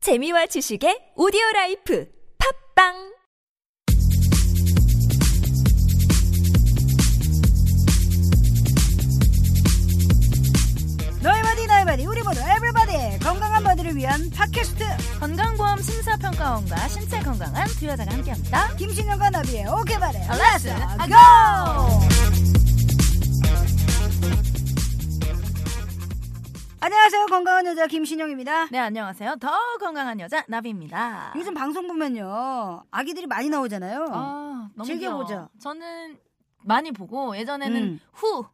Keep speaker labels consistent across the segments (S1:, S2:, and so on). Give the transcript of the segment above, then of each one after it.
S1: 재미와 지식의 오디오 라이프 팝빵
S2: 너의 바디 나의 바디 우리 모두 에브리바디 건강한 바디를 위한 팟캐스트
S3: 건강보험 심사평가원과 신체 건강한 두 여자가 함께합니다.
S2: 김신영과 나비의 오케이 바디
S3: Let's go!
S2: 안녕하세요 건강한 여자 김신영입니다
S3: 네 안녕하세요. 더 건강한 여자 나비입니다.
S2: 요즘 방송 보면요 아기들이 많이 나오잖아요
S3: 아, 너무
S2: 즐겨보죠.
S3: 귀여워. 저는 많이 보고 예전에는
S2: 음.
S3: 후,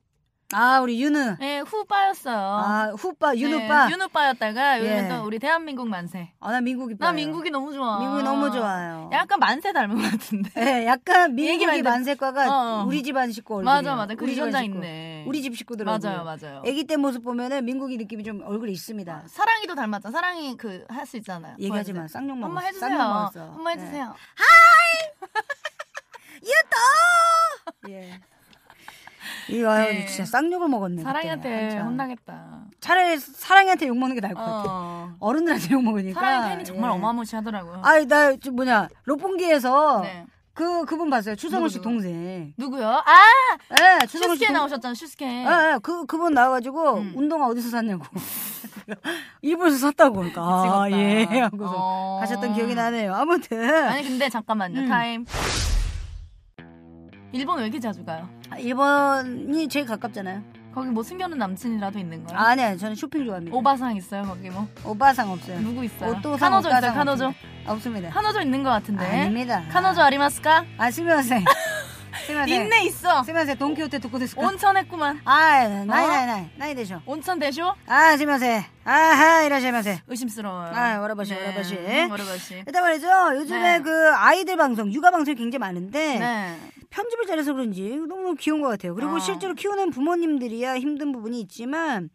S2: 아 우리 윤우
S3: 예, 후빠였어요.
S2: 아 후빠
S3: 네,
S2: 윤우빠
S3: 윤우빠였다가 요즘
S2: 예.
S3: 또 우리 대한민국 만세.
S2: 아 나 민국이
S3: 나
S2: 빠요.
S3: 민국이 너무 좋아.
S2: 민국이 너무 좋아요
S3: 약간 만세 닮은 것 같은데.
S2: 예, 약간
S3: 얘기
S2: 민국이
S3: 많이
S2: 만세과가
S3: 어, 어.
S2: 우리 집안 식구 얼굴
S3: 맞아 맞아. 그
S2: 집
S3: 유전자
S2: 식구.
S3: 있네.
S2: 우리 집 식구들 얼굴
S3: 맞아요 맞아요.
S2: 아기 때 모습 보면은 민국이 느낌이 좀 얼굴에 있습니다
S3: 사랑이도 닮았잖아. 사랑이 그 할 수 있잖아요.
S2: 얘기하지 마.
S3: 보여주세요.
S2: 쌍욕 먹었어.
S3: 엄마 해주세요.
S2: 쌍욕 먹었어. 네.
S3: 엄마 해주세요.
S2: 예. 이거 아유,
S3: 네.
S2: 진짜 쌍욕을 먹었네. 그때.
S3: 사랑이한테
S2: 아참.
S3: 혼나겠다.
S2: 차라리 사랑이한테 욕 먹는 게 나을 것 같아.
S3: 어.
S2: 어른들한테 욕 먹으니까.
S3: 사랑이 팬이 정말
S2: 예.
S3: 어마무시하더라고요.
S2: 아니 나저 뭐냐 로봉기에서
S3: 네.
S2: 그 그분 봤어요 추성훈 씨
S3: 누구, 누구?
S2: 동생.
S3: 누구요? 아
S2: 예, 추성훈 씨
S3: 슈스케
S2: 동-
S3: 나오셨잖아. 슈스케.
S2: 예, 예, 그 그분 나와가지고
S3: 네. 음.
S2: 운동화 어디서 샀냐고. 일본에서 샀다고 그러니까. 아,
S3: 미치겠다.
S2: 예. 하고서
S3: 어.
S2: 하셨던 기억이 나네요. 아무튼
S3: 아니 근데 잠깐만요.
S2: 음.
S3: 타임. 일본 왜 이렇게 자주 가요?
S2: 일본이 제일 가깝잖아요.
S3: 거기 뭐 숨겨놓은 남친이라도 있는 거예요?
S2: 아, 아니야, 저는 쇼핑 좋아합니다.
S3: 오바상 있어요 거기 뭐?
S2: 오바상 없어요.
S3: 누구 있어요?
S2: 옷도 상,
S3: 카노조 있어요
S2: 옷가상
S3: 카노조?
S2: 없습니다.
S3: 카노조 있는 것 같은데
S2: 아닙니다.
S3: 카노조 아리마스까?
S2: 아, 스미마세. 스미마세.
S3: 있네 있어
S2: 스미마세, 동키호테 듣고 됐을 까
S3: 온천했구만
S2: 아, 나이,
S3: 어?
S2: 나이, 나이, 나이 되셔.
S3: 온천 대쇼?
S2: 아, 스미마세. 아하, 이러시마세.
S3: 의심스러워요
S2: 아, 오라버시, 오라버시.
S3: 음, 오라버시
S2: 일단 말이죠. 요즘에
S3: 네.
S2: 그 아이들 방송, 육아 방송이 굉장히 많은데
S3: 네
S2: 편집을 잘해서 그런지 너무 귀여운 것 같아요. 그리고
S3: 어.
S2: 실제로 키우는 부모님들이야 힘든 부분이 있지만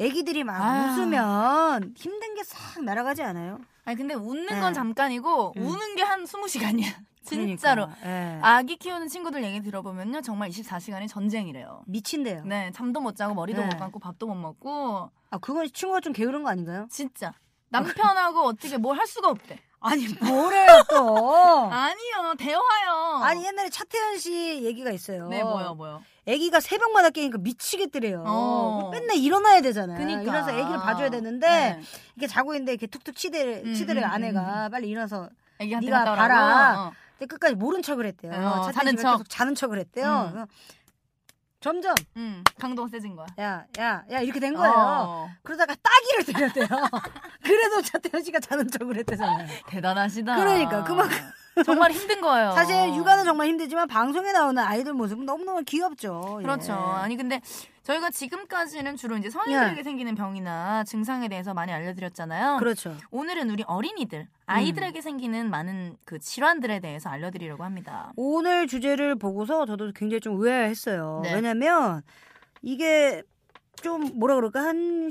S2: 애기들이 막
S3: 아유.
S2: 웃으면 힘든 게 싹 날아가지 않아요?
S3: 아니 근데 웃는
S2: 네.
S3: 건 잠깐이고
S2: 음.
S3: 우는 게 한 20시간이야 진짜로
S2: 그러니까, 예.
S3: 아기 키우는 친구들 얘기 들어보면요 정말 24시간이 전쟁이래요
S2: 미친대요.
S3: 네 잠도 못 자고 머리도
S2: 네.
S3: 못 감고 밥도 못 먹고
S2: 아, 그건 친구가 좀 게으른 거 아닌가요?
S3: 진짜 남편하고 어떻게 뭘 할 수가 없대
S2: 아니, 뭐래요, 또.
S3: 아니요 대화요
S2: 아니 옛날에 차태현 씨 얘기가 있어요.
S3: 네 뭐요 뭐요
S2: 아기가 새벽마다 깨니까 미치겠더래요.
S3: 어.
S2: 맨날 일어나야 되잖아요.
S3: 그니까
S2: 일어나서 아기를 봐줘야 되는데
S3: 네.
S2: 이렇게 자고 있는데 이렇게 툭툭 치대
S3: 음,
S2: 치대를
S3: 음,
S2: 아내가 빨리 일어나서
S3: 애기한테
S2: 네가
S3: 갔다 오라고
S2: 봐라.
S3: 어.
S2: 근데 끝까지 모른 척을 했대요.
S3: 어,
S2: 차태현
S3: 자는
S2: 씨가
S3: 척.
S2: 계속 자는 척을 했대요.
S3: 음.
S2: 그래서 점점
S3: 응 음, 강도가 세진 거야
S2: 야야야 이렇게 된 거예요.
S3: 어.
S2: 그러다가 따기를 때렸대요. 그래도 차태현 씨가 자는 척을 했대잖아요.
S3: 대단하시다.
S2: 그러니까, 그만큼.
S3: 정말 힘든 거예요.
S2: 사실 육아는 정말 힘들지만 방송에 나오는 아이들 모습은 너무너무 귀엽죠. 예.
S3: 그렇죠. 아니 근데 저희가 지금까지는 주로 이제
S2: 네.
S3: 성인들에게 생기는 병이나 증상에 대해서 많이 알려드렸잖아요.
S2: 그렇죠.
S3: 오늘은 우리 어린이들 아이들에게 생기는 많은 그 질환들에 대해서 알려드리려고 합니다.
S2: 오늘 주제를 보고서 저도 굉장히 좀 의아했어요.
S3: 네.
S2: 왜냐면 이게 좀 뭐라 그럴까 한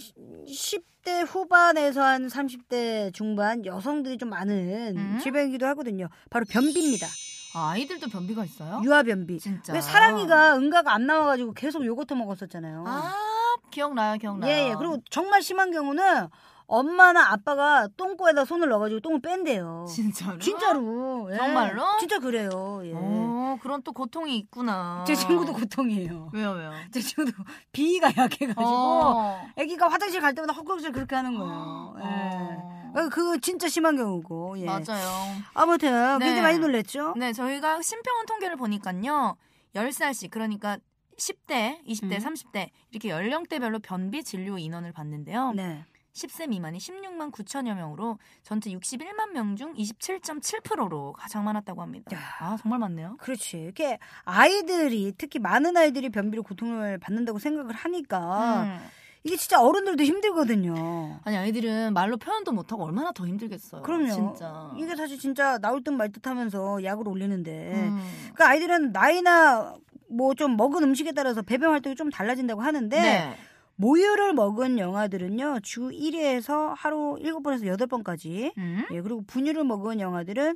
S2: 10대 후반에서 한 30대 중반 여성들이 좀 많은
S3: 음?
S2: 질병이기도 하거든요. 바로 변비입니다.
S3: 아, 아이들도 변비가 있어요?
S2: 유아 변비.
S3: 진짜.
S2: 왜 네, 사랑이가 응가가 안 나와가지고 계속 요거트 먹었었잖아요.
S3: 아 기억나요, 기억나요.
S2: 예, 예. 그리고 정말 심한 경우는 엄마나 아빠가 똥꼬에다 손을 넣어가지고 똥을 뺀대요.
S3: 진짜로.
S2: 진짜로. 예.
S3: 정말로? 어.
S2: 진짜 그래요. 예.
S3: 오, 그런 또 고통이 있구나.
S2: 제 친구도 고통이에요. 어.
S3: 왜요, 왜요?
S2: 제 친구도 비위가 약해가지고
S3: 어.
S2: 아기가 화장실 갈 때마다 헛구역질 그렇게 하는 거예요. 예.
S3: 어.
S2: 어, 그거 진짜 심한 경우고. 예.
S3: 맞아요.
S2: 아무튼 굉장히
S3: 네.
S2: 많이 놀랬죠.
S3: 네, 저희가 심평원 통계를 보니까요. 10살씩 그러니까 10대, 20대,
S2: 음.
S3: 30대 이렇게 연령대별로 변비 진료 인원을 봤는데요.
S2: 네.
S3: 10세 미만이 16만 9천여 명으로 전체 61만 명 중 27.7%로 가장 많았다고 합니다.
S2: 야.
S3: 아, 정말 많네요.
S2: 그렇지. 이렇게 아이들이 특히 많은 아이들이 변비로 고통을 받는다고 생각을 하니까
S3: 음.
S2: 이게 진짜 어른들도 힘들거든요.
S3: 아니, 아이들은 말로 표현도 못 하고 얼마나 더 힘들겠어요.
S2: 그럼요.
S3: 진짜.
S2: 이게 사실 진짜 나올 듯 말 듯 하면서 약을 올리는데
S3: 음.
S2: 그러니까 아이들은 나이나 뭐 좀 먹은 음식에 따라서 배변 활동이 좀 달라진다고 하는데
S3: 네.
S2: 모유를 먹은 영아들은요. 주 1회에서 하루 7번에서 8번까지
S3: 음?
S2: 예, 그리고 분유를 먹은 영아들은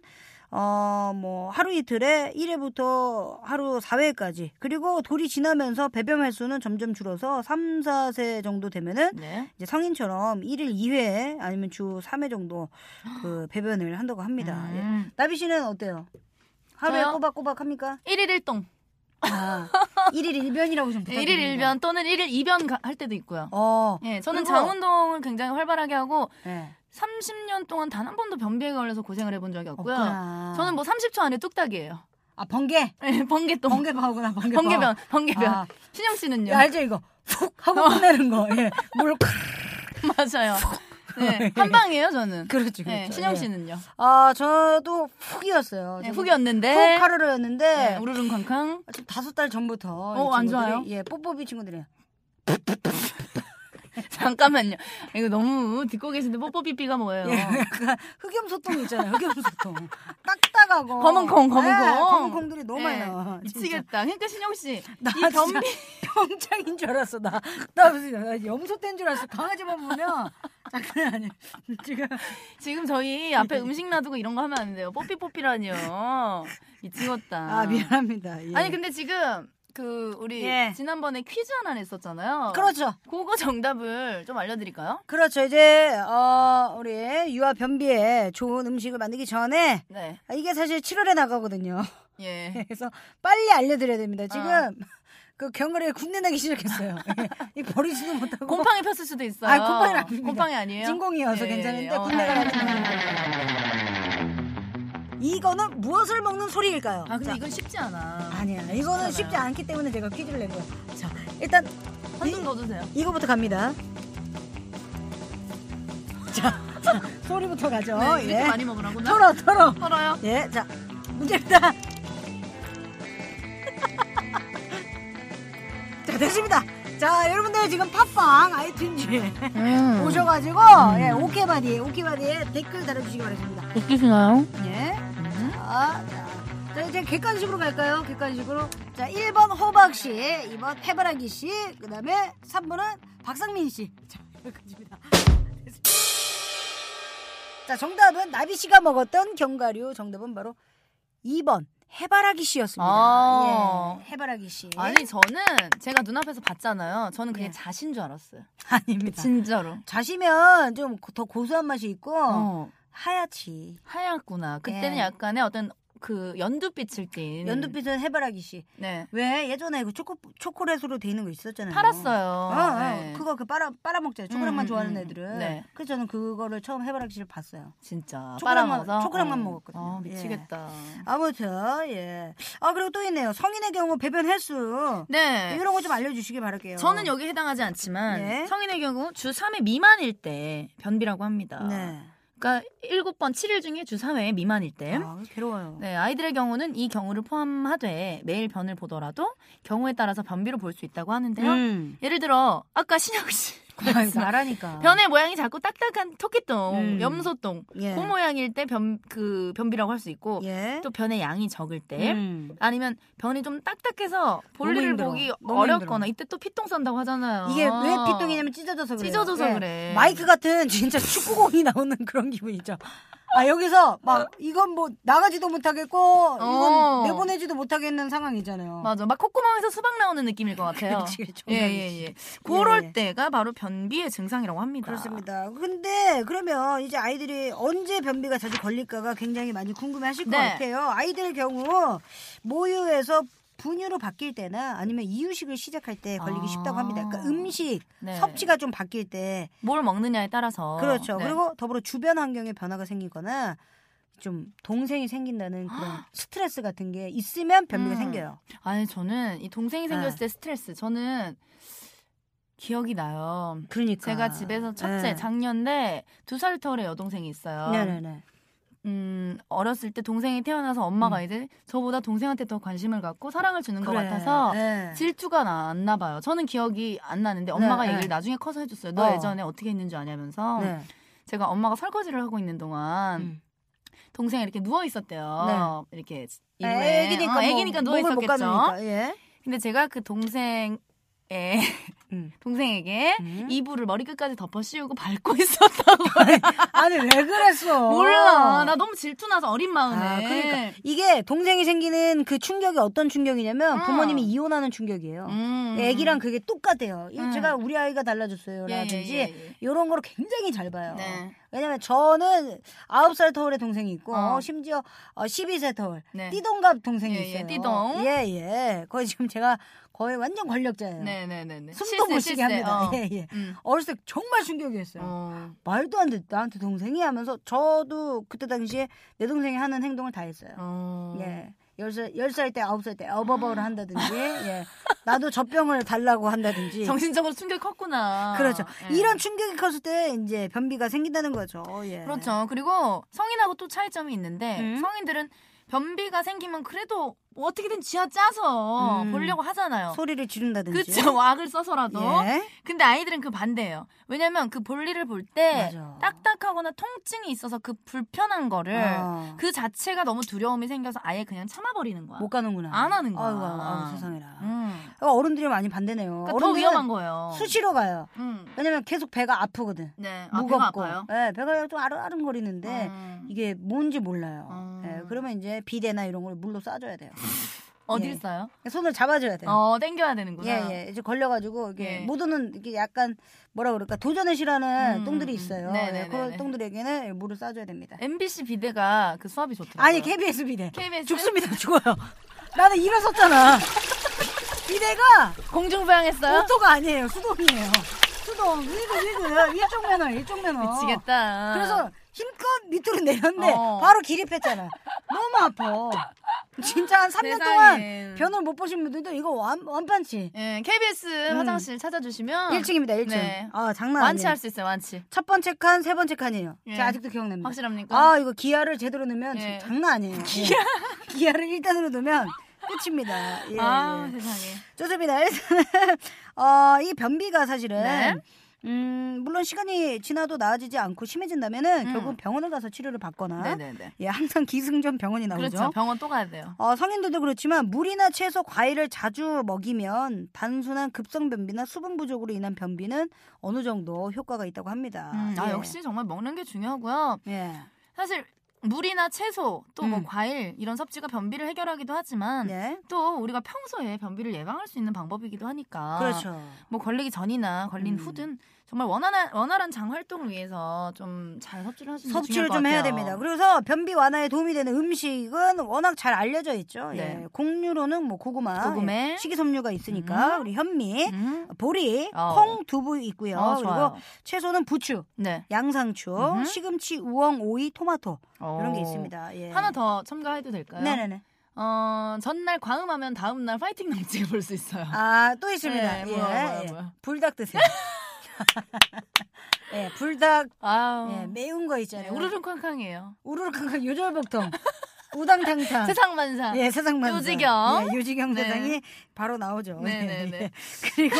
S2: 어, 뭐 하루 이틀에 1회부터 하루 4회까지. 그리고 돌이 지나면서 배변 횟수는 점점 줄어서 3, 4세 정도 되면은
S3: 네.
S2: 이제 성인처럼 1일 2회 아니면 주 3회 정도 그 배변을 한다고 합니다. 예.
S3: 음.
S2: 나비 씨는 어때요? 하루에
S3: 저요?
S2: 꼬박꼬박 합니까?
S3: 1일 1동.
S2: 아, 1일 1변이라고 좀 부탁드립니다.
S3: 1일 1변 또는 1일 2변 가- 할 때도 있고요.
S2: 어.
S3: 예, 저는
S2: 그리고-
S3: 장운동을 굉장히 활발하게 하고
S2: 네.
S3: 30년 동안 단 한 번도 변비에 걸려서 고생을 해본 적이 없고요.
S2: 없구나.
S3: 저는 뭐 30초 안에 뚝딱이에요.
S2: 아 번개.
S3: 예, 번개똥.
S2: 번개 파구나 번개. 파.
S3: 번개변, 번개변.
S2: 어. 아.
S3: 신영 씨는요?
S2: 야, 알죠 이거. 푹 하고
S3: 어.
S2: 끝내는 거. 예. 물 콱.
S3: 맞아요. 네, 한 방이에요, 저는.
S2: 그렇지 그렇죠.
S3: 네, 신영
S2: 예.
S3: 씨는요?
S2: 아 저도 훅이었어요.
S3: 네,
S2: 저는
S3: 훅이었는데.
S2: 훅 하루였는데 아,
S3: 네, 우르릉 쾅쾅.
S2: 지금 다섯 달 전부터
S3: 어, 안 좋아요?
S2: 예 뽀뽀비 친구들이
S3: 잠깐만요. 이거 너무 듣고 계신데 뽀뽀삐삐가 뭐예요?
S2: 약간 흑염소통 있잖아요. 흑염소통 딱딱하고
S3: 검은 콩, 검은
S2: 네,
S3: 콩.
S2: 검은 콩들이 너무 많이
S3: 네,
S2: 나와. 진짜.
S3: 미치겠다. 그러니까 신영 씨,
S2: 나
S3: 이
S2: 진짜
S3: 변비
S2: 병장인 줄 알았어 나. 나 무슨 나 염소 땐 줄 알았어. 강아지만 보면 장난 아니. 지금
S3: 지금 저희
S2: 네.
S3: 앞에 음식 놔두고 이런 거 하면 안 돼요. 뽀삐뽀삐라니요. 미치겠다.
S2: 아 미안합니다. 예.
S3: 아니 근데 지금 그 우리
S2: 예.
S3: 지난번에 퀴즈 하나 냈었잖아요.
S2: 그렇죠.
S3: 그거 정답을 좀 알려드릴까요?
S2: 그렇죠. 이제 어 우리 유아 변비에 좋은 음식을 만들기 전에
S3: 네.
S2: 아, 이게 사실 7월에 나가거든요.
S3: 예.
S2: 그래서 빨리 알려드려야 됩니다. 지금
S3: 어.
S2: 그 경을에 군내 나기 시작했어요. 예. 이 버리지도 못하고
S3: 곰팡이 폈을 수도 있어요.
S2: 아, 곰팡이는 아닙니다.
S3: 곰팡이 아니에요?
S2: 진공이어서
S3: 예,
S2: 괜찮은데
S3: 예, 어.
S2: 군내가 나지 이거는 무엇을 먹는 소리일까요?
S3: 아 근데
S2: 자,
S3: 이건 쉽지 않아.
S2: 아니야. 이거는
S3: 쉽잖아요.
S2: 쉽지 않기 때문에 제가 퀴즈를 낸 거예요. 자, 일단 네.
S3: 한눈 더 주세요.
S2: 이거부터 갑니다. 자, 자 소리부터 가죠.
S3: 네, 이렇게
S2: 예.
S3: 많이 먹으라고 나
S2: 털어, 털어.
S3: 털어요.
S2: 예, 자 문제입니다. 자 됐습니다. 자 여러분들 지금 팟빵 아이튠즈에 오셔가지고 예, 오케바디 오케바디에 댓글 달아주시기 바랍니다.
S3: 웃기시나요?
S2: 예.
S3: 음.
S2: 자, 자, 자 이제 객관식으로 갈까요? 객관식으로. 자 1번 호박 씨, 2번 해바라기 씨, 그다음에 3번은 박상민 씨. 자 여기까지입니다. 자 정답은 나비 씨가 먹었던 견과류 정답은 바로 2번 해바라기 씨였습니다.
S3: 아.
S2: 예, 해바라기 씨.
S3: 아니 저는 제가 눈앞에서 봤잖아요. 저는 그게
S2: 예.
S3: 자신 줄 알았어요.
S2: 아닙니다.
S3: 진짜로.
S2: 자시면 좀 더 고소한 맛이 있고
S3: 어.
S2: 하얗지.
S3: 하얗구나. 그때는
S2: 예.
S3: 약간의 어떤 그 연두빛을 띤
S2: 연두빛은 해바라기 씨.
S3: 네.
S2: 왜 예전에 그 초코 초콜릿으로 돼 있는 거 있었잖아요.
S3: 팔았어요.
S2: 어, 어,
S3: 네.
S2: 그거 그 빨아 빨아 먹잖아요. 초콜릿만
S3: 음,
S2: 좋아하는
S3: 음.
S2: 애들은.
S3: 네.
S2: 그래서 저는 그거를 처음 해바라기 씨를 봤어요.
S3: 진짜
S2: 초콜릿만-
S3: 빨아먹어서
S2: 초콜릿만
S3: 어.
S2: 먹었거든요.
S3: 아, 미치겠다.
S2: 아무튼 예. 아 그리고 또 있네요. 성인의 경우 배변 횟수
S3: 네.
S2: 이런 거 좀 알려주시기 바랄게요.
S3: 저는 여기 해당하지 않지만
S2: 네.
S3: 성인의 경우 주 3회 미만일 때 변비라고 합니다.
S2: 네.
S3: 그러니까 7번 7일 중에 주 3회 미만일 때.
S2: 아, 괴로워요.
S3: 네, 아이들의 경우는 이 경우를 포함하되 매일 변을 보더라도 경우에 따라서 변비로 볼 수 있다고 하는데요.
S2: 음.
S3: 예를 들어 아까 신혁 씨
S2: 아이,
S3: 말씀-
S2: 말하니까.
S3: 변의 모양이 작고 딱딱한 토끼똥,
S2: 음.
S3: 염소똥
S2: 예.
S3: 그 모양일 때 변 그 변비라고 할 수 있고
S2: 예.
S3: 또 변의 양이 적을 때
S2: 음.
S3: 아니면 변이 좀 딱딱해서 볼일을
S2: 힘들어.
S3: 보기
S2: 너무
S3: 어렵거나
S2: 힘들어.
S3: 이때 또 피똥 싼다고 하잖아요.
S2: 이게 왜 피똥이냐면 찢어져서 그래요.
S3: 찢어져서
S2: 예.
S3: 그래.
S2: 마이크 같은 진짜 축구공이 나오는 그런 기분이죠. 아 여기서 막 이건 뭐 나가지도 못하겠고
S3: 어.
S2: 이건 내보내지도 못하겠는 상황이잖아요.
S3: 맞아. 막 콧구멍에서 수박 나오는 느낌일 것 같아요.
S2: 그렇지, 그렇지.
S3: 예, 예, 예. 그럴
S2: 예, 예.
S3: 때가 바로 변비의 증상이라고 합니다.
S2: 그렇습니다. 근데 그러면 이제 아이들이 언제 변비가 자주 걸릴까가 굉장히 많이 궁금해하실 것
S3: 네.
S2: 같아요. 아이들 경우 모유에서 분유로 바뀔 때나 아니면 이유식을 시작할 때 걸리기
S3: 아.
S2: 쉽다고 합니다. 그러니까 음식
S3: 네.
S2: 섭취가 좀 바뀔 때
S3: 뭘 먹느냐에 따라서.
S2: 그렇죠.
S3: 네.
S2: 그리고 더불어 주변 환경에 변화가 생기거나 좀 동생이 생긴다는 그런 스트레스 같은 게 있으면 변비가
S3: 아. 음.
S2: 생겨요.
S3: 아니 저는 이 동생이 생겼을
S2: 네.
S3: 때 스트레스 저는 기억이 나요.
S2: 그러니까 네.
S3: 제가 집에서 첫째 작년에 두 살 터울의 여동생이 있어요.
S2: 네네네.
S3: 음 어렸을 때 동생이 태어나서 엄마가
S2: 음.
S3: 이제 저보다 동생한테 더 관심을 갖고 사랑을 주는 것 같아서
S2: 네.
S3: 질투가 났나 봐요. 저는 기억이 안 나는데 엄마가
S2: 네.
S3: 얘기를 나중에 커서 해줬어요. 너
S2: 어.
S3: 예전에 어떻게 했는지 아냐면서
S2: 네.
S3: 제가 엄마가 설거지를 하고 있는 동안
S2: 음. 네.
S3: 동생이 이렇게 누워 있었대요. 이렇게 이불에
S2: 예, 아, 애기니까,
S3: 어, 아, 애기니까
S2: 뭐
S3: 누워
S2: 목을 못
S3: 있었겠죠.
S2: 감으니까, 예.
S3: 근데 제가 그 동생을 예,
S2: 음.
S3: 동생에게
S2: 음.
S3: 이불을 머리끝까지 덮어 씌우고 밟고 있었다고.
S2: 아니 왜 그랬어?
S3: 몰라. 네. 나 너무 질투나서 어린 마음에.
S2: 아, 그러니까 이게 동생이 생기는 그 충격이 어떤 충격이냐면
S3: 음.
S2: 부모님이 이혼하는 충격이에요.
S3: 음.
S2: 애기랑 그게 똑같아요. 이
S3: 음.
S2: 제가 우리 아이가 달라졌어요.
S3: 예, 예,
S2: 라든지
S3: 예, 예.
S2: 이런 거를 굉장히 잘 봐요.
S3: 네.
S2: 왜냐면 저는 9살 터울의 동생이 있고
S3: 어.
S2: 심지어 12세 터울
S3: 네.
S2: 띠동갑 동생이
S3: 예, 예,
S2: 있어요.
S3: 띠동.
S2: 예, 예. 거의 지금 제가 거의 완전 권력자예요.
S3: 네네네네.
S2: 숨도 못
S3: 실세,
S2: 쉬게
S3: 실세.
S2: 합니다.
S3: 어.
S2: 예, 예.
S3: 음.
S2: 어렸을 때 정말 충격이었어요.
S3: 어.
S2: 말도 안 돼. 나한테 동생이 하면서 저도 그때 당시에 내 동생이 하는 행동을 다 했어요.
S3: 어. 아.
S2: 예. 10살, 10살 때, 9살 때, 어버버를 한다든지, 예. 나도 젖병을 달라고 한다든지.
S3: 정신적으로 충격이 컸구나.
S2: 예. 그렇죠.
S3: 예.
S2: 이런 충격이 컸을 때, 이제 변비가 생긴다는 거죠. 예.
S3: 그렇죠. 그리고 성인하고 또 차이점이 있는데
S2: 음.
S3: 성인들은 변비가 생기면 그래도 뭐 어떻게든 쥐어 짜서
S2: 음.
S3: 보려고 하잖아요.
S2: 소리를 지른다든지.
S3: 그쵸. 악을 써서라도.
S2: 예.
S3: 근데 아이들은 그 반대예요. 왜냐면 그 볼일을 볼 때
S2: 맞아.
S3: 딱딱하거나 통증이 있어서 그 불편한 거를
S2: 아,
S3: 그 자체가 너무 두려움이 생겨서 아예 그냥 참아버리는 거야.
S2: 못 가는구나.
S3: 안 하는 거야.
S2: 아이고, 아이고, 아이고, 세상에나.
S3: 음.
S2: 어른들이 많이 반대네요.
S3: 그러니까 더
S2: 어른들은
S3: 위험한 거예요.
S2: 수시로 가요.
S3: 음.
S2: 왜냐면 계속 배가 아프거든.
S3: 네. 아, 배가
S2: 무겁고.
S3: 아파요.
S2: 예, 배가 좀 아른아른거리는데,
S3: 음.
S2: 이게 뭔지 몰라요.
S3: 음.
S2: 예, 그러면 이제 비대나 이런 걸 물로 싸줘야 돼요.
S3: 어딜
S2: 예.
S3: 써요?
S2: 손을 잡아줘야 돼요.
S3: 어, 땡겨야 되는구나.
S2: 네. 예, 예. 이제 걸려가지고, 이게,
S3: 예.
S2: 모두는 이게 약간, 뭐라 그럴까, 도전을 싫어하는
S3: 음,
S2: 똥들이
S3: 음,
S2: 있어요.
S3: 음. 네, 네,
S2: 예, 그런
S3: 네, 네.
S2: 똥들에게는 물을 싸줘야 됩니다.
S3: MBC 비대가 그 수압이 좋더라고요.
S2: 아니, KBS 비대.
S3: KBS
S2: 죽습니다, 죽어요. 나는 일어섰잖아. 비대가
S3: 공중부양했어요?
S2: 오토가 아니에요. 수동이에요. 수동. 위그, 위그. 일종 매너, 일종 매너.
S3: 미치겠다.
S2: 그래서 힘껏 밑으로 내렸는데,
S3: 어.
S2: 바로 기립했잖아. 너무 아파. 진짜 한 3년
S3: 세상에.
S2: 동안 변을 못 보신 분들도 이거 완, 완판치.
S3: 예, KBS
S2: 음.
S3: 화장실 찾아주시면
S2: 1층입니다, 1층.
S3: 네.
S2: 아, 장난 아니에요.
S3: 완치할 수 있어요. 완치.
S2: 첫 번째 칸, 세 번째 칸이에요.
S3: 예.
S2: 제가 아직도 기억납니다.
S3: 확실합니까?
S2: 아, 이거 기아를 제대로 넣으면
S3: 예.
S2: 참 장난 아니에요. 기아. 기아를 1단으로 넣으면 끝입니다. 예.
S3: 아,
S2: 예.
S3: 세상에.
S2: 좋습니다. 일단은, 어, 이 변비가 사실은,
S3: 네.
S2: 음, 물론 시간이 지나도 나아지지 않고 심해진다면은
S3: 음.
S2: 결국 병원을 가서 치료를 받거나,
S3: 네네네.
S2: 예, 항상 기승전 병원이 나오죠.
S3: 그렇죠. 병원 또 가야 돼요.
S2: 어, 성인들도 그렇지만 물이나 채소, 과일을 자주 먹이면 단순한 급성 변비나 수분 부족으로 인한 변비는 어느 정도 효과가 있다고 합니다.
S3: 음, 아,
S2: 예.
S3: 역시 정말 먹는 게 중요하고요.
S2: 예.
S3: 사실 물이나 채소 또 뭐
S2: 음.
S3: 과일 이런 섭취가 변비를 해결하기도 하지만
S2: 네.
S3: 또 우리가 평소에 변비를 예방할 수 있는 방법이기도 하니까
S2: 그렇죠.
S3: 뭐 걸리기 전이나 걸린
S2: 음.
S3: 후든 정말 원활한 원활한 장 활동을 위해서 좀 잘 섭취를 하시는 게 중요할
S2: 섭취를
S3: 것
S2: 좀 해야
S3: 같아요.
S2: 됩니다. 그래서 변비 완화에 도움이 되는 음식은 워낙 잘 알려져 있죠.
S3: 네.
S2: 예. 곡류로는 뭐 고구마,
S3: 고구마.
S2: 예. 식이섬유가 있으니까 우리 현미,
S3: 음.
S2: 보리,
S3: 어.
S2: 콩, 두부 있고요.
S3: 어, 좋아요.
S2: 네, 그리고 채소는 부추,
S3: 네.
S2: 양상추,
S3: 음흠.
S2: 시금치, 우엉, 오이, 토마토 이런 게
S3: 어.
S2: 있습니다. 예.
S3: 하나 더 첨가해도 될까요?
S2: 네네네.
S3: 어, 전날 과음하면 다음날 파이팅 넘치게 볼 수 있어요.
S2: 아 또 있습니다.
S3: 네,
S2: 예,
S3: 뭐야, 뭐야,
S2: 예.
S3: 뭐야.
S2: 불닭 드세요. 예, 불닭
S3: 아우. 네,
S2: 예, 매운 거 있잖아요.
S3: 어. 우르릉 쾅쾅이에요.
S2: 우르르 요절복통, 우당탕탕.
S3: 세상만사.
S2: 예, 세상만.
S3: 요지경.
S2: 예, 요지경
S3: 네.
S2: 세상이 바로 나오죠.
S3: 네,
S2: 예,
S3: 네, 네.
S2: 예. 그리고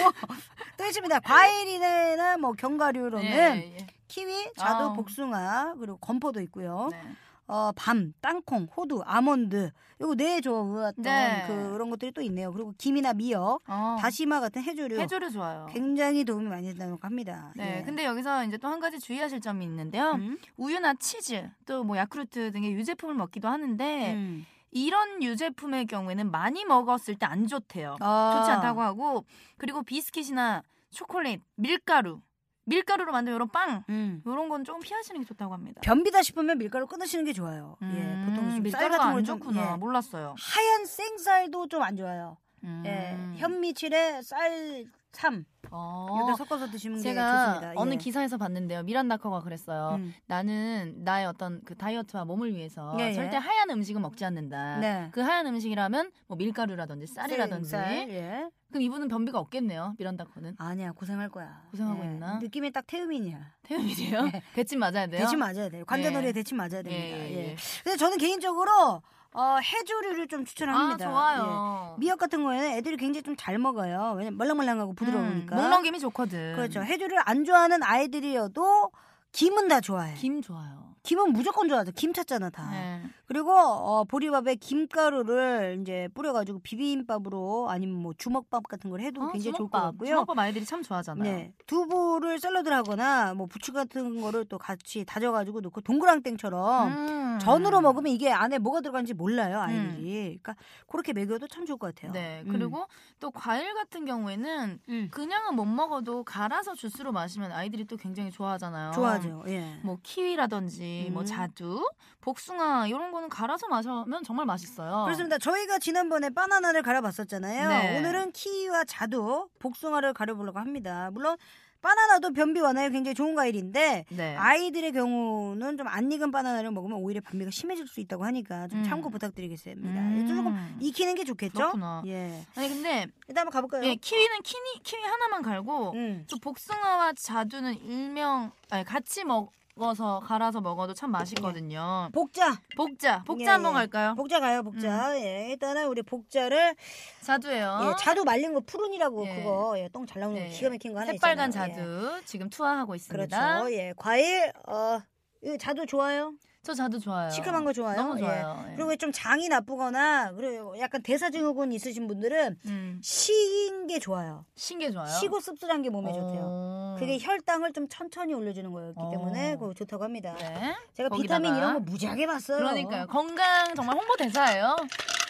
S2: 또 있습니다. 과일이나 뭐 견과류로는
S3: 네, 예.
S2: 키위, 자두,
S3: 아우.
S2: 복숭아, 그리고 건포도 있고요.
S3: 네.
S2: 어, 밤, 땅콩, 호두, 아몬드. 요거 뇌에 좋았던
S3: 네.
S2: 그런 것들이 또 있네요. 그리고 김이나 미역,
S3: 어,
S2: 다시마 같은 해조류.
S3: 해조류 좋아요.
S2: 굉장히 도움이 많이 된다고 합니다.
S3: 어. 네,
S2: 예.
S3: 근데 여기서 이제 또 한 가지 주의하실 점이 있는데요.
S2: 음?
S3: 우유나 치즈, 또 뭐 야쿠르트 등의 유제품을 먹기도 하는데
S2: 음.
S3: 이런 유제품의 경우에는 많이 먹었을 때 안 좋대요.
S2: 아.
S3: 어, 좋지 않다고 하고 그리고 비스킷이나 초콜릿, 밀가루, 밀가루로 만든 이런 빵
S2: 음.
S3: 이런 건 조금 피하시는 게 좋다고 합니다. 음,
S2: 변비다 싶으면 밀가루 끊으시는 게 좋아요. 예, 보통 좀쌀
S3: 밀가루
S2: 같은
S3: 안
S2: 걸좀
S3: 좋구나
S2: 예.
S3: 몰랐어요.
S2: 하얀 생쌀도 좀 안 좋아요.
S3: 음.
S2: 예, 현미칠에 쌀참
S3: 어,
S2: 이렇게 섞어서 드시는 게
S3: 제가
S2: 좋습니다.
S3: 어느
S2: 예.
S3: 기사에서 봤는데요. 미란다 커가 그랬어요.
S2: 음.
S3: 나는 나의 어떤 그 다이어트와 몸을 위해서
S2: 예, 예.
S3: 절대 하얀 음식은 먹지 않는다.
S2: 네.
S3: 그 하얀 음식이라면 뭐 밀가루라든지 쌀이라든지.
S2: 쌀, 예.
S3: 그럼 이분은 변비가 없겠네요. 미란다 커는
S2: 아니야 고생할 거야.
S3: 고생하고
S2: 예,
S3: 있나?
S2: 느낌이 딱 태음인이야.
S3: 태음이래요. 대침 맞아야 돼요.
S2: 대침 네. 맞아야 돼요. 관자놀이에
S3: 예.
S2: 대침 맞아야 됩니다. 예,
S3: 예, 예, 예.
S2: 근데 저는 개인적으로 어, 해조류를 좀
S3: 아
S2: 추천합니다. 예.
S3: 좋아요.
S2: 미역 같은 거에는 애들이 굉장히 좀 잘 먹어요. 왜냐면 멀랑멀랑하고 부드러우니까.
S3: 음, 목넘김이 좋거든.
S2: 그렇죠. 해조류를 안 좋아하는 아이들이어도 김은 다 좋아해.
S3: 김 좋아요.
S2: 김... 은 무조건 좋아하죠. 김 찾잖아 다.
S3: 네.
S2: 그리고 어, 보리밥에 김가루를 이제 뿌려가지고 비빔밥으로 아니면 뭐 주먹밥 같은 걸 해도
S3: 아,
S2: 굉장히 좋을 것
S3: 주먹밥.
S2: 같고요.
S3: 주먹밥 아이들이 참 좋아하잖아요.
S2: 네, 두부를 샐러드를 하거나 뭐 부추 같은 거를 또 같이 다져가지고 넣고 동그랑땡처럼
S3: 음.
S2: 전으로 먹으면 이게 안에 뭐가 들어간지 몰라요 아이들이. 그러니까 그렇게 먹여도 참 좋을 것 같아요.
S3: 네.
S2: 음.
S3: 그리고 또 과일 같은 경우에는
S2: 음.
S3: 그냥은 못 먹어도 갈아서 주스로 마시면 아이들이 또 굉장히 좋아하잖아요.
S2: 좋아하죠. 예.
S3: 뭐 키위라든지 뭐
S2: 음.
S3: 자두, 복숭아 이런 거는 갈아서 마시면 정말 맛있어요.
S2: 그렇습니다. 저희가 지난번에 바나나를 갈아봤었잖아요.
S3: 네.
S2: 오늘은 키위와 자두, 복숭아를 갈아보려고 합니다. 물론 바나나도 변비 완화에 굉장히 좋은 과일인데
S3: 네.
S2: 아이들의 경우는 좀 안 익은 바나나를 먹으면 오히려 변비가 심해질 수 있다고 하니까 좀
S3: 음.
S2: 참고 부탁드리겠습니다. 예,
S3: 음.
S2: 조금 익히는 게 좋겠죠?
S3: 그렇구나.
S2: 예.
S3: 아니 근데
S2: 일단 한번 가볼까요?
S3: 예, 키위는 키니, 키위 하나만 갈고
S2: 음.
S3: 또 복숭아와 자두는 일명 아니 같이 먹어서 갈아서 먹어도 참 맛있거든요.
S2: 복자,
S3: 복자, 복자
S2: 예,
S3: 한번
S2: 예.
S3: 갈까요? 음.
S2: 복자 가요, 복자. 예, 일단은 우리 복자를
S3: 자두예요.
S2: 예, 자두 말린 거 푸른이라고
S3: 어? 예.
S2: 그거 예, 똥 잘 나오는
S3: 네.
S2: 거 기가 막힌 거 하나
S3: 새빨간
S2: 있잖아요. 예.
S3: 자두 지금 투하하고 있습니다.
S2: 그렇죠. 예. 과일 어 이거 자두 좋아요?
S3: 저 자두 좋아요.
S2: 시큼한 거 좋아요?
S3: 너무
S2: 예.
S3: 좋아요. 예.
S2: 그리고 좀 장이 나쁘거나 그리고 약간 대사 증후군 있으신 분들은
S3: 음,
S2: 식인 게 좋아요.
S3: 신게 좋아요.
S2: 시고 씁쓸한 게 몸에 좋대요.
S3: 어.
S2: 그게 혈당을 좀 천천히 올려주는 거였기
S3: 어.
S2: 때문에 그거 좋다고 합니다.
S3: 네.
S2: 제가
S3: 거기다가-
S2: 비타민 이런 거 무지하게 봤어요.
S3: 그러니까요. 건강 정말 홍보 대사예요.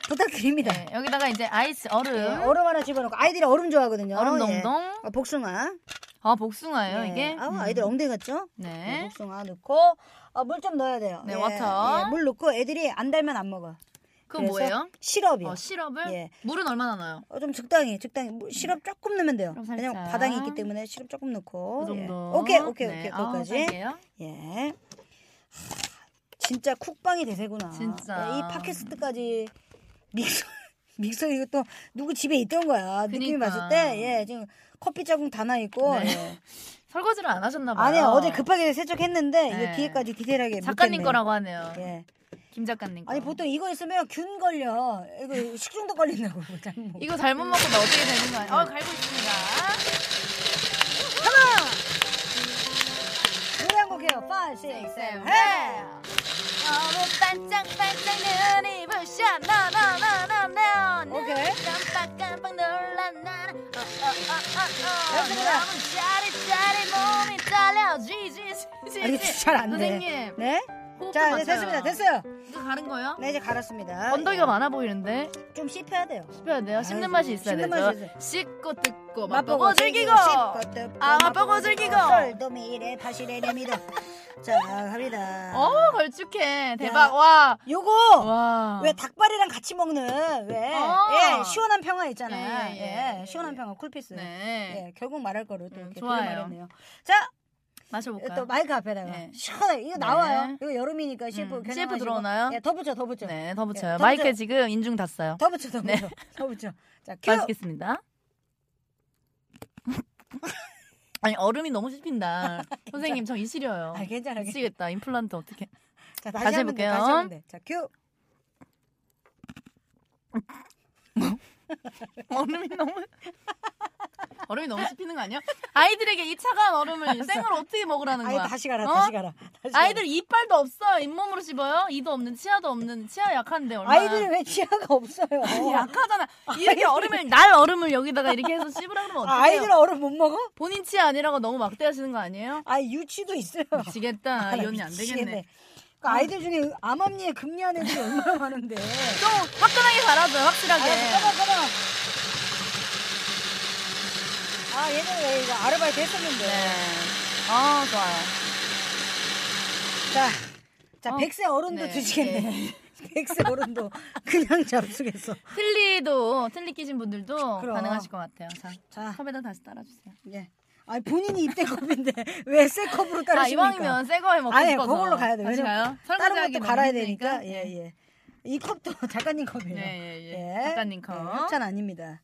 S2: 부탁드립니다.
S3: 네, 여기다가 이제 아이스 얼음,
S2: 예, 얼음 하나 집어넣고 아이들이 얼음 좋아하거든요.
S3: 얼음
S2: 예.
S3: 동동.
S2: 아, 복숭아.
S3: 아 복숭아예요
S2: 예.
S3: 이게.
S2: 아우,
S3: 음.
S2: 아이들 엉덩이 같죠? 네,
S3: 네.
S2: 복숭아 넣고 물 좀 넣어야 돼요. 예.
S3: 네, 워터.
S2: 물 넣고 애들이 안 달면 안 먹어.
S3: 그건
S2: 그래서
S3: 뭐예요?
S2: 시럽이요.
S3: 어, 시럽을
S2: 예.
S3: 물은 얼마나 넣어요?
S2: 어, 좀 적당히 적당히 물- 시럽 조금 넣으면 돼요.
S3: 네. 그럼
S2: 왜냐면
S3: 살짝.
S2: 바닥이 있기 때문에 시럽 조금 넣고.
S3: 그
S2: 예.
S3: 정도.
S2: 오케이 오케이
S3: 네.
S2: 오케이
S3: 아,
S2: 거기까지.
S3: 살게요.
S2: 예. 진짜 쿡방이 대세구나. 예,
S3: 진짜.
S2: 이 팟캐스트까지 믹서 믹서 이거 또 누구 집에 있던 거야. 느낌이
S3: 그니까.
S2: 왔을 때 예, 지금 커피 자국 다 나 있고.
S3: 네.
S2: 예.
S3: 설거지를 안 하셨나 봐요.
S2: 아니 어제 급하게 세척했는데
S3: 네.
S2: 이게 뒤에까지 디테일하게
S3: 작가님
S2: 못했네.
S3: 거라고 하네요.
S2: 예.
S3: 김 작가님 거.
S2: 아니 보통 이거 있으면 균 걸려. 이거 식중독 걸린다고. 뭐. 잘못 네. 먹-
S3: 이거 잘못 먹고 나 어떻게 되는 거야? 어 갈고 있습니다.
S2: 노래 한 곡 해요. 5, 6, 7, 네. 8.
S3: 네, 너무 반짝반짝 눈이 부셔 너너너너너
S2: 오케이.
S3: 깜빡깜빡 놀라 나는 어,
S2: 됐습니다.
S3: 어어어어어 너무 짜릿짜릿 몸이 떨려 지지지지
S2: 아, 이게 잘안 돼.
S3: 네. 선생님
S2: 네.
S3: 호흡 좀
S2: 자 이제
S3: 맞춰요.
S2: 됐습니다. 됐어요.
S3: 이거 가는 거예요?
S2: 네 이제 갈았습니다.
S3: 언더기가 많아 보이는데
S2: 좀 씹혀야 돼요.
S3: 씹혀야 돼요? 씹는
S2: 아유,
S3: 맛이 있어야
S2: 씹는
S3: 되죠
S2: 맛이 있어요.
S3: 씻고 뜯고 맛보고 즐기고 어
S2: 씹고 뜯고
S3: 아, 맛보고 즐기고.
S2: 썰도미 이래 파시래 내미다. 자 갑니다.
S3: 걸쭉해
S2: 야.
S3: 대박 와
S2: 요거
S3: 어? 와.
S2: 왜 닭발이랑 같이 먹는 왜
S3: 어.
S2: 예, 시원한 평화 있잖아.
S3: 예,
S2: 예,
S3: 예, 예, 예,
S2: 시원한
S3: 예.
S2: 평화 쿨피스.
S3: 네.
S2: 예, 결국 말할 거를 또
S3: 음,
S2: 이렇게
S3: 좋아요.
S2: 말했네요. 자,
S3: 마셔볼까요?
S2: 또 마이크 앞에다가
S3: 네.
S2: 시원해 이거
S3: 네.
S2: 나와요. 이거 여름이니까 CF
S3: 음,
S2: 겨냥하시고.
S3: CF 들어오나요?
S2: 예, 더 붙여, 더 붙여.
S3: 네, 더 붙여요.
S2: 예, 더
S3: 마이크
S2: 붙여.
S3: 지금 인중 닿았어요.
S2: 더 붙여, 더 붙여,
S3: 네.
S2: 더 붙여. 자, 큐.
S3: 맛있겠습니다. 아니 얼음이 너무 씹힌다. 선생님 저 이 시려요.
S2: 아, 괜찮아. 괜찮아.
S3: 미치겠다. 임플란트 어떻게?
S2: 자,
S3: 다시
S2: 다시 한번 돼,
S3: 해볼게요.
S2: 다시 한번 돼. 자, 큐.
S3: 얼음이 너무 얼음이 너무 씹히는 거 아니야? 아이들에게 이 차가운 얼음을 생으로 어떻게 먹으라는
S2: 아이
S3: 거야?
S2: 다시 가라,
S3: 어?
S2: 다시 가라. 다시 가라.
S3: 아이들 이빨도 없어. 잇몸으로 씹어요. 이도 없는 치아도 없는 치아 약한데 얼마나?
S2: 아이들이 왜 치아가 없어요?
S3: 아니, 약하잖아. 이렇게 얼음을 날 얼음을 여기다가 이렇게 해서 씹으라 그러면 어떡해요?
S2: 아, 아이들 얼음 못 먹어?
S3: 본인 치아 아니라고 너무 막대하시는 거 아니에요?
S2: 아, 유치도 있어요. 아,
S3: 미치겠다. 아, 이 언니 안 되겠네.
S2: 그 아이들 중에 암암리에 금리한 애들이 얼마나 많은데.
S3: 좀 화끈하게 갈아줘
S2: 아,
S3: 확실하게.
S2: 잠깐만, 잠깐만. 아, 예전에 왜 이거 아르바이트 했었는데.
S3: 네. 아 좋아요.
S2: 자, 자,
S3: 어,
S2: 백세 어른도
S3: 네,
S2: 드시겠네. 백세 어른도 그냥 잡수겠어.
S3: 틀리도 틀리 끼신 분들도
S2: 그럼.
S3: 가능하실 것 같아요. 자,
S2: 자,
S3: 컵에다 다시 따라주세요.
S2: 예. 아니, 본인이 입대 컵인데 왜 새 컵으로 따르십니까?
S3: 아 이왕이면 새 거에 먹고
S2: 아니,
S3: 싶어서.
S2: 그걸로 가야 돼.
S3: 다시
S2: 왜냐면
S3: 가요?
S2: 다른
S3: 설거지하기
S2: 것도
S3: 너무
S2: 갈아야
S3: 힘드니까. 네.
S2: 되니까. 예, 예. 이 컵도 작가님 컵이에요.
S3: 예, 예, 예. 작가님 컵.
S2: 예, 협찬 아닙니다.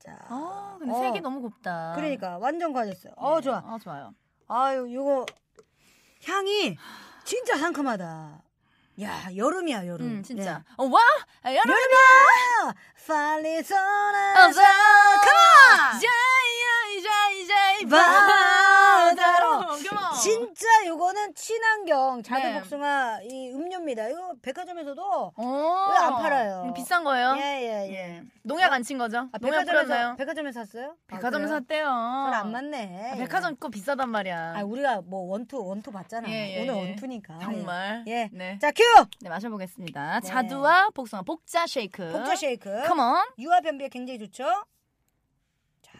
S2: 자.
S3: 아 근데
S2: 어.
S3: 색이 너무 곱다.
S2: 그러니까 완전 과졌어요. 어, 좋아.
S3: 아 좋아요.
S2: 아유, 요거 향이 진짜 상큼하다. 야, 여름이야, 여름.
S3: 음
S2: 예.
S3: 진짜. 어, 와 아, 여러분.
S2: 여름아! 빨리 떠나자.
S3: 어서
S2: Come on!
S3: 자이자이자이
S2: 아!
S3: 어,
S2: 바다로
S3: 바다로 옮겨.
S2: 진짜 요거는 친환경 자두
S3: 네.
S2: 복숭아 이 음료입니다. 이거 백화점에서도
S3: 어.
S2: 왜안 팔아요?
S3: 비싼 거예요?
S2: 예예예.
S3: 농약 안 친 거죠?
S2: 아,
S3: 농약
S2: 백화점에서
S3: 뿌렸나요?
S2: 백화점에서 샀어요?
S3: 백화점
S2: 아, 그래요?
S3: 샀대요.
S2: 별로 안 맞네.
S3: 아, 백화점 거 비싸단 말이야.
S2: 아 우리가 뭐 원투 원투 봤잖아.
S3: 예, 예,
S2: 오늘
S3: 예.
S2: 원투니까.
S3: 정말.
S2: 예.
S3: 네.
S2: 자 큐.
S3: 네, 마셔보겠습니다.
S2: 네.
S3: 자두와 복숭아 복자 쉐이크.
S2: 복자 쉐이크.
S3: 컴온.
S2: 유아 변비에 굉장히 좋죠. 자.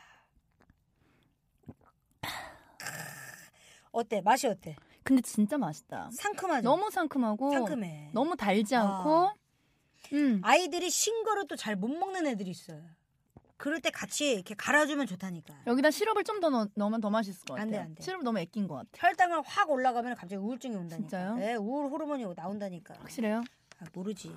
S2: 어때? 맛이 어때?
S3: 근데 진짜 맛있다.
S2: 상큼하죠.
S3: 너무 상큼하고
S2: 상큼해.
S3: 너무 달지
S2: 아.
S3: 않고 음.
S2: 아이들이 신 거를 또 잘 못 먹는 애들이 있어요. 그럴 때 같이 이렇게 갈아주면 좋다니까.
S3: 여기다 시럽을 좀 더 넣으면 더 맛있을 것
S2: 안
S3: 같아요.
S2: 돼, 안 돼.
S3: 시럽 너무 애낀 것 같아.
S2: 혈당을 확 올라가면 갑자기 우울증이 온다니까.
S3: 진짜요?
S2: 네, 우울 호르몬이 나온다니까.
S3: 확실해요?
S2: 아, 모르지.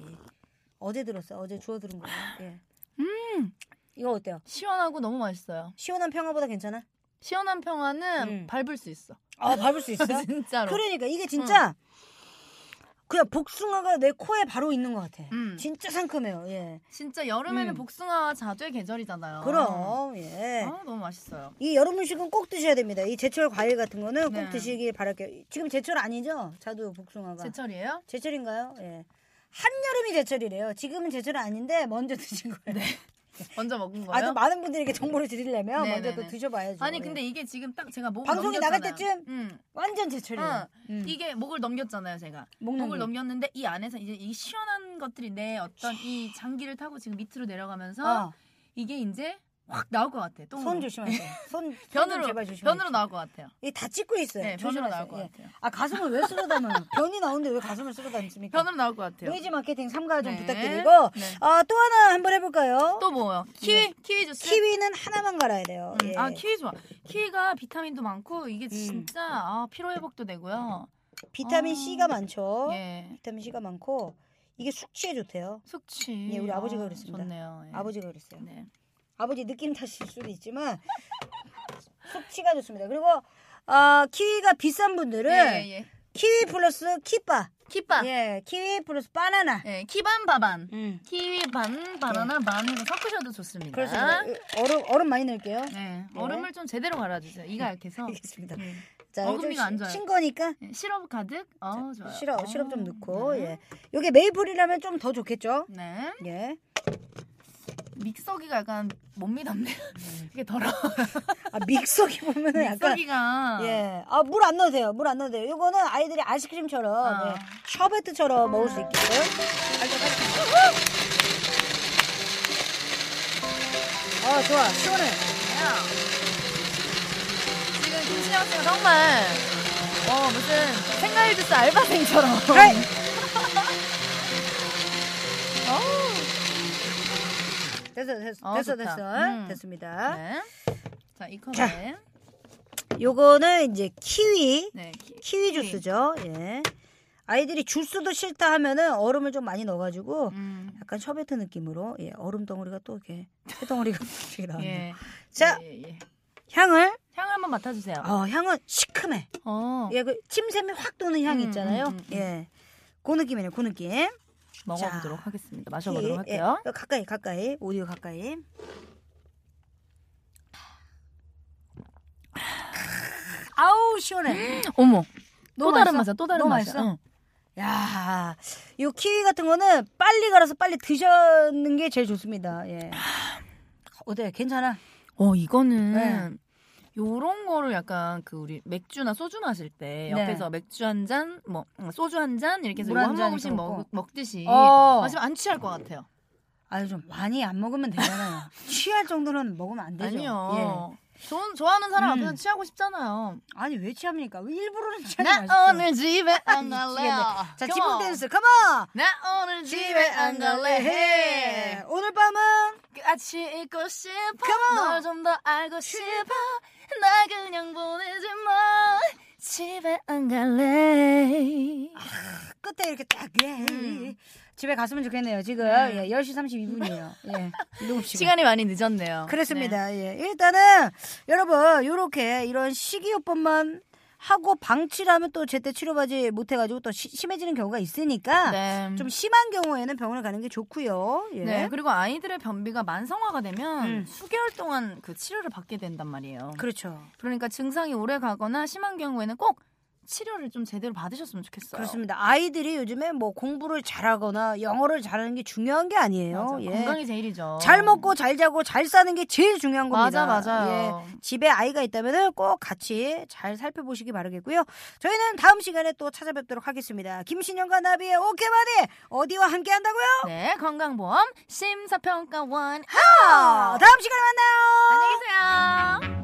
S2: 어제 들었어. 어제 주워 들은 거야. 예. 음. 이거 어때요?
S3: 시원하고 너무 맛있어요.
S2: 시원한 평화보다 괜찮아?
S3: 시원한 평화는
S2: 음.
S3: 밟을 수 있어.
S2: 아, 밟을 수 있어?
S3: 진짜로.
S2: 그러니까 이게 진짜 그냥 복숭아가 내 코에 바로 있는 것 같아.
S3: 음.
S2: 진짜 상큼해요. 예.
S3: 진짜 여름에는
S2: 음.
S3: 복숭아와 자두의 계절이잖아요.
S2: 그럼 예.
S3: 아, 너무 맛있어요.
S2: 이 여름 음식은 꼭 드셔야 됩니다. 이 제철 과일 같은 거는
S3: 네.
S2: 꼭 드시길 바랄게요. 지금 제철 아니죠? 자두 복숭아가.
S3: 제철이에요?
S2: 제철. 인가요 예. 한여름이 제철이래요. 지금은 제철 아닌데 먼저 드신
S3: 네.
S2: 거예요.
S3: 먼저 먹은
S2: 아, 또
S3: 거예요?
S2: 많은 분들에게 정보를 드리려면
S3: 네,
S2: 먼저
S3: 네,
S2: 또
S3: 네.
S2: 드셔봐야죠.
S3: 아니
S2: 예.
S3: 근데 이게 지금 딱 제가 목을
S2: 방송이 나갈
S3: 넘겼잖아요.
S2: 때쯤?
S3: 음.
S2: 완전 제철이에요.
S3: 어.
S2: 음.
S3: 이게 목을 넘겼잖아요, 제가.
S2: 먹는
S3: 목을
S2: 거.
S3: 넘겼는데 이 안에서 이제 이 시원한 것들이 내 어떤 이 장기를 타고 지금 밑으로 내려가면서
S2: 어,
S3: 이게 이제 확 나올 것 같아. 똥으로.
S2: 손 조심하세요. 손 손좀
S3: 어? 변으로
S2: 제발 조심하세요.
S3: 변으로 나올 것 같아요.
S2: 이다 찍고 있어요.
S3: 네, 변으로
S2: 조심하세요.
S3: 나올 것
S2: 예.
S3: 같아요.
S2: 아 가슴을 왜 쓸어 담아요? 변이 나오는데 왜 가슴을 쓸어 담습니까?
S3: 변으로 나올 것 같아요.
S2: 노이즈 마케팅 삼가 좀
S3: 네.
S2: 부탁드리고
S3: 네.
S2: 아, 또 하나 한번 해볼까요?
S3: 또 뭐요? 키위, 키위 주스.
S2: 네. 키위는 하나만 갈아야 돼요.
S3: 음,
S2: 예. 음.
S3: 아 키위 좋아. 키위가 비타민도 많고 이게 진짜 아, 피로 회복도 되고요.
S2: 비타민
S3: 아.
S2: C가 많죠.
S3: 예,
S2: 비타민 C가 많고 이게 숙취에 좋대요.
S3: 숙취.
S2: 예, 우리 아버지가
S3: 아,
S2: 그랬습니다.
S3: 좋네요. 예.
S2: 아버지가 그랬어요.
S3: 네.
S2: 아버지 느낌 탓일 수도 있지만 숙취가 좋습니다. 그리고 아, 키위가 비싼 분들은
S3: 예, 예, 예.
S2: 키위 플러스 키바
S3: 키밥. 예.
S2: 네. 예, 키위 플러스 바나나.
S3: 키반 바반.
S2: 음.
S3: 키위 반 바나나 반 해서 섞으셔도 좋습니다.
S2: 예. 그렇습니다. 어, 얼음 얼음 많이 넣을게요.
S3: 아. 네,
S2: 예. 네.
S3: 얼음을 좀 제대로 갈아주세요. 이가 약해서
S2: 알겠습니다.
S3: 네.
S2: 자,
S3: 어금니가
S2: 좀
S3: 안 좋아요.
S2: 신 거니까
S3: 네, 시럽 가득. 어, 좋아요.
S2: 시럽
S3: 어,
S2: 시럽 좀 넣고
S3: 네.
S2: 예. 요게 메이플이라면 좀 더 좋겠죠?
S3: 네,
S2: 예.
S3: 믹서기가 약간 못 믿었네요.
S2: 음.
S3: 이게 더러워.
S2: 아, 믹서기 보면은 약간
S3: 믹서기가
S2: 예. 아, 물 안 넣으세요. 물 안 넣으세요. 요거는 아이들이 아이스크림처럼, 예,
S3: 아.
S2: 셔베트처럼 먹을 수 있게끔. 아, 좋아. 시원해.
S3: 지금 김신영 씨가 정말 어 무슨 생가일 주스 알바생처럼.
S2: 하이!
S3: 어우.
S2: 됐어, 됐어,
S3: 어,
S2: 됐어,
S3: 좋다.
S2: 됐어.
S3: 음.
S2: 됐습니다.
S3: 네. 자이 컵에
S2: 자. 요거는 이제 키위,
S3: 네 키-
S2: 키위 주스죠. 예. 아이들이 주스도 싫다 하면은 얼음을 좀 많이 넣어가지고
S3: 음.
S2: 약간 셔베트 느낌으로 예, 얼음 덩어리가 또 이렇게 새 덩어리가 이렇게 나왔네요.
S3: 예.
S2: 자.
S3: 예, 예.
S2: 향을
S3: 향을 한번 맡아주세요.
S2: 어, 향은 시큼해.
S3: 어.
S2: 예, 그 침샘이 확 도는 향이
S3: 음,
S2: 있잖아요.
S3: 음, 음, 음.
S2: 예. 그 느낌이네요. 그 느낌.
S3: 먹어보도록
S2: 자. 예,
S3: 하겠습니다. 마셔보도록 할게요.
S2: 예, 가까이 가까이 오디오 가까이. 아우 시원해.
S3: 어머.
S2: 너무
S3: 또 다른
S2: 예. 맛있어?
S3: 맛이야. 또 다른
S2: 너무
S3: 맛이야.
S2: 맛있어?
S3: 응.
S2: 야, 요 키위 같은 거는 빨리 갈아서 빨리 드셔는 게 제일 좋습니다. 예. 어때? 괜찮아?
S3: 어
S2: 네.
S3: 이거는 요런 거를 약간 그 우리 맥주나 소주 마실 때
S2: 네.
S3: 옆에서 맥주 한 잔 뭐 소주 한 잔 이렇게 해서
S2: 물
S3: 요거
S2: 한
S3: 한
S2: 잔 이렇게
S3: 모금씩 먹,
S2: 먹고.
S3: 먹듯이
S2: 어.
S3: 마시면 안 취할 것 같아요.
S2: 아유 좀 많이 안 먹으면 되잖아요. 취할 정도는 먹으면 안 되죠. 예.
S3: 아니요. 좋은 좋아하는
S2: 음.
S3: 사람 앞에서 취하고 싶잖아요.
S2: 예. 아니 왜 취합니까? 왜 일부러는
S3: 나
S2: 취하지 마시죠.
S3: 오늘 집에 안 갈래.
S2: 미치겠네. 자, 지붕 댄스 컴온.
S3: 나 오늘 집에 안 갈래. 해.
S2: 오늘 밤은
S3: 같이 있고 싶어
S2: Come on.
S3: 널 좀 더 알고 싶어 나 그냥 보내지 마 집에 안 갈래
S2: 아, 끝에 이렇게 딱 예.
S3: 음.
S2: 집에 갔으면 좋겠네요. 지금
S3: 음.
S2: 예, 10시 32분이에요. 예. 녹음 시간. 어,
S3: 시간이 많이 늦었네요
S2: 그렇습니다. 예. 일단은 여러분 요렇게 이런 식이요법만 하고 방치를 하면 또 제때 치료받지 못해가지고 또 시- 심해지는 경우가 있으니까
S3: 네.
S2: 좀 심한 경우에는 병원을 가는 게 좋고요. 예.
S3: 네, 그리고 아이들의 변비가 만성화가 되면
S2: 음.
S3: 수개월 동안 그 치료를 받게 된단 말이에요.
S2: 그렇죠.
S3: 그러니까 증상이 오래 가거나 심한 경우에는 꼭 치료를 좀 제대로 받으셨으면 좋겠어요.
S2: 그렇습니다. 아이들이 요즘에 뭐 공부를 잘하거나 영어를 잘하는 게 중요한 게 아니에요.
S3: 맞아,
S2: 예.
S3: 건강이 제일이죠.
S2: 잘 먹고 잘 자고 잘 사는 게 제일 중요한 겁니다.
S3: 어. 맞아 맞아요.
S2: 예. 집에 아이가 있다면 꼭 같이 잘 살펴보시기 바라겠고요. 저희는 다음 시간에 또 찾아뵙도록 하겠습니다. 김신영과 나비의 오케바디 어디와 함께 한다고요?
S3: 네 건강보험 심사평가원 아.
S2: 다음 시간에 만나요.
S3: 안녕히 계세요.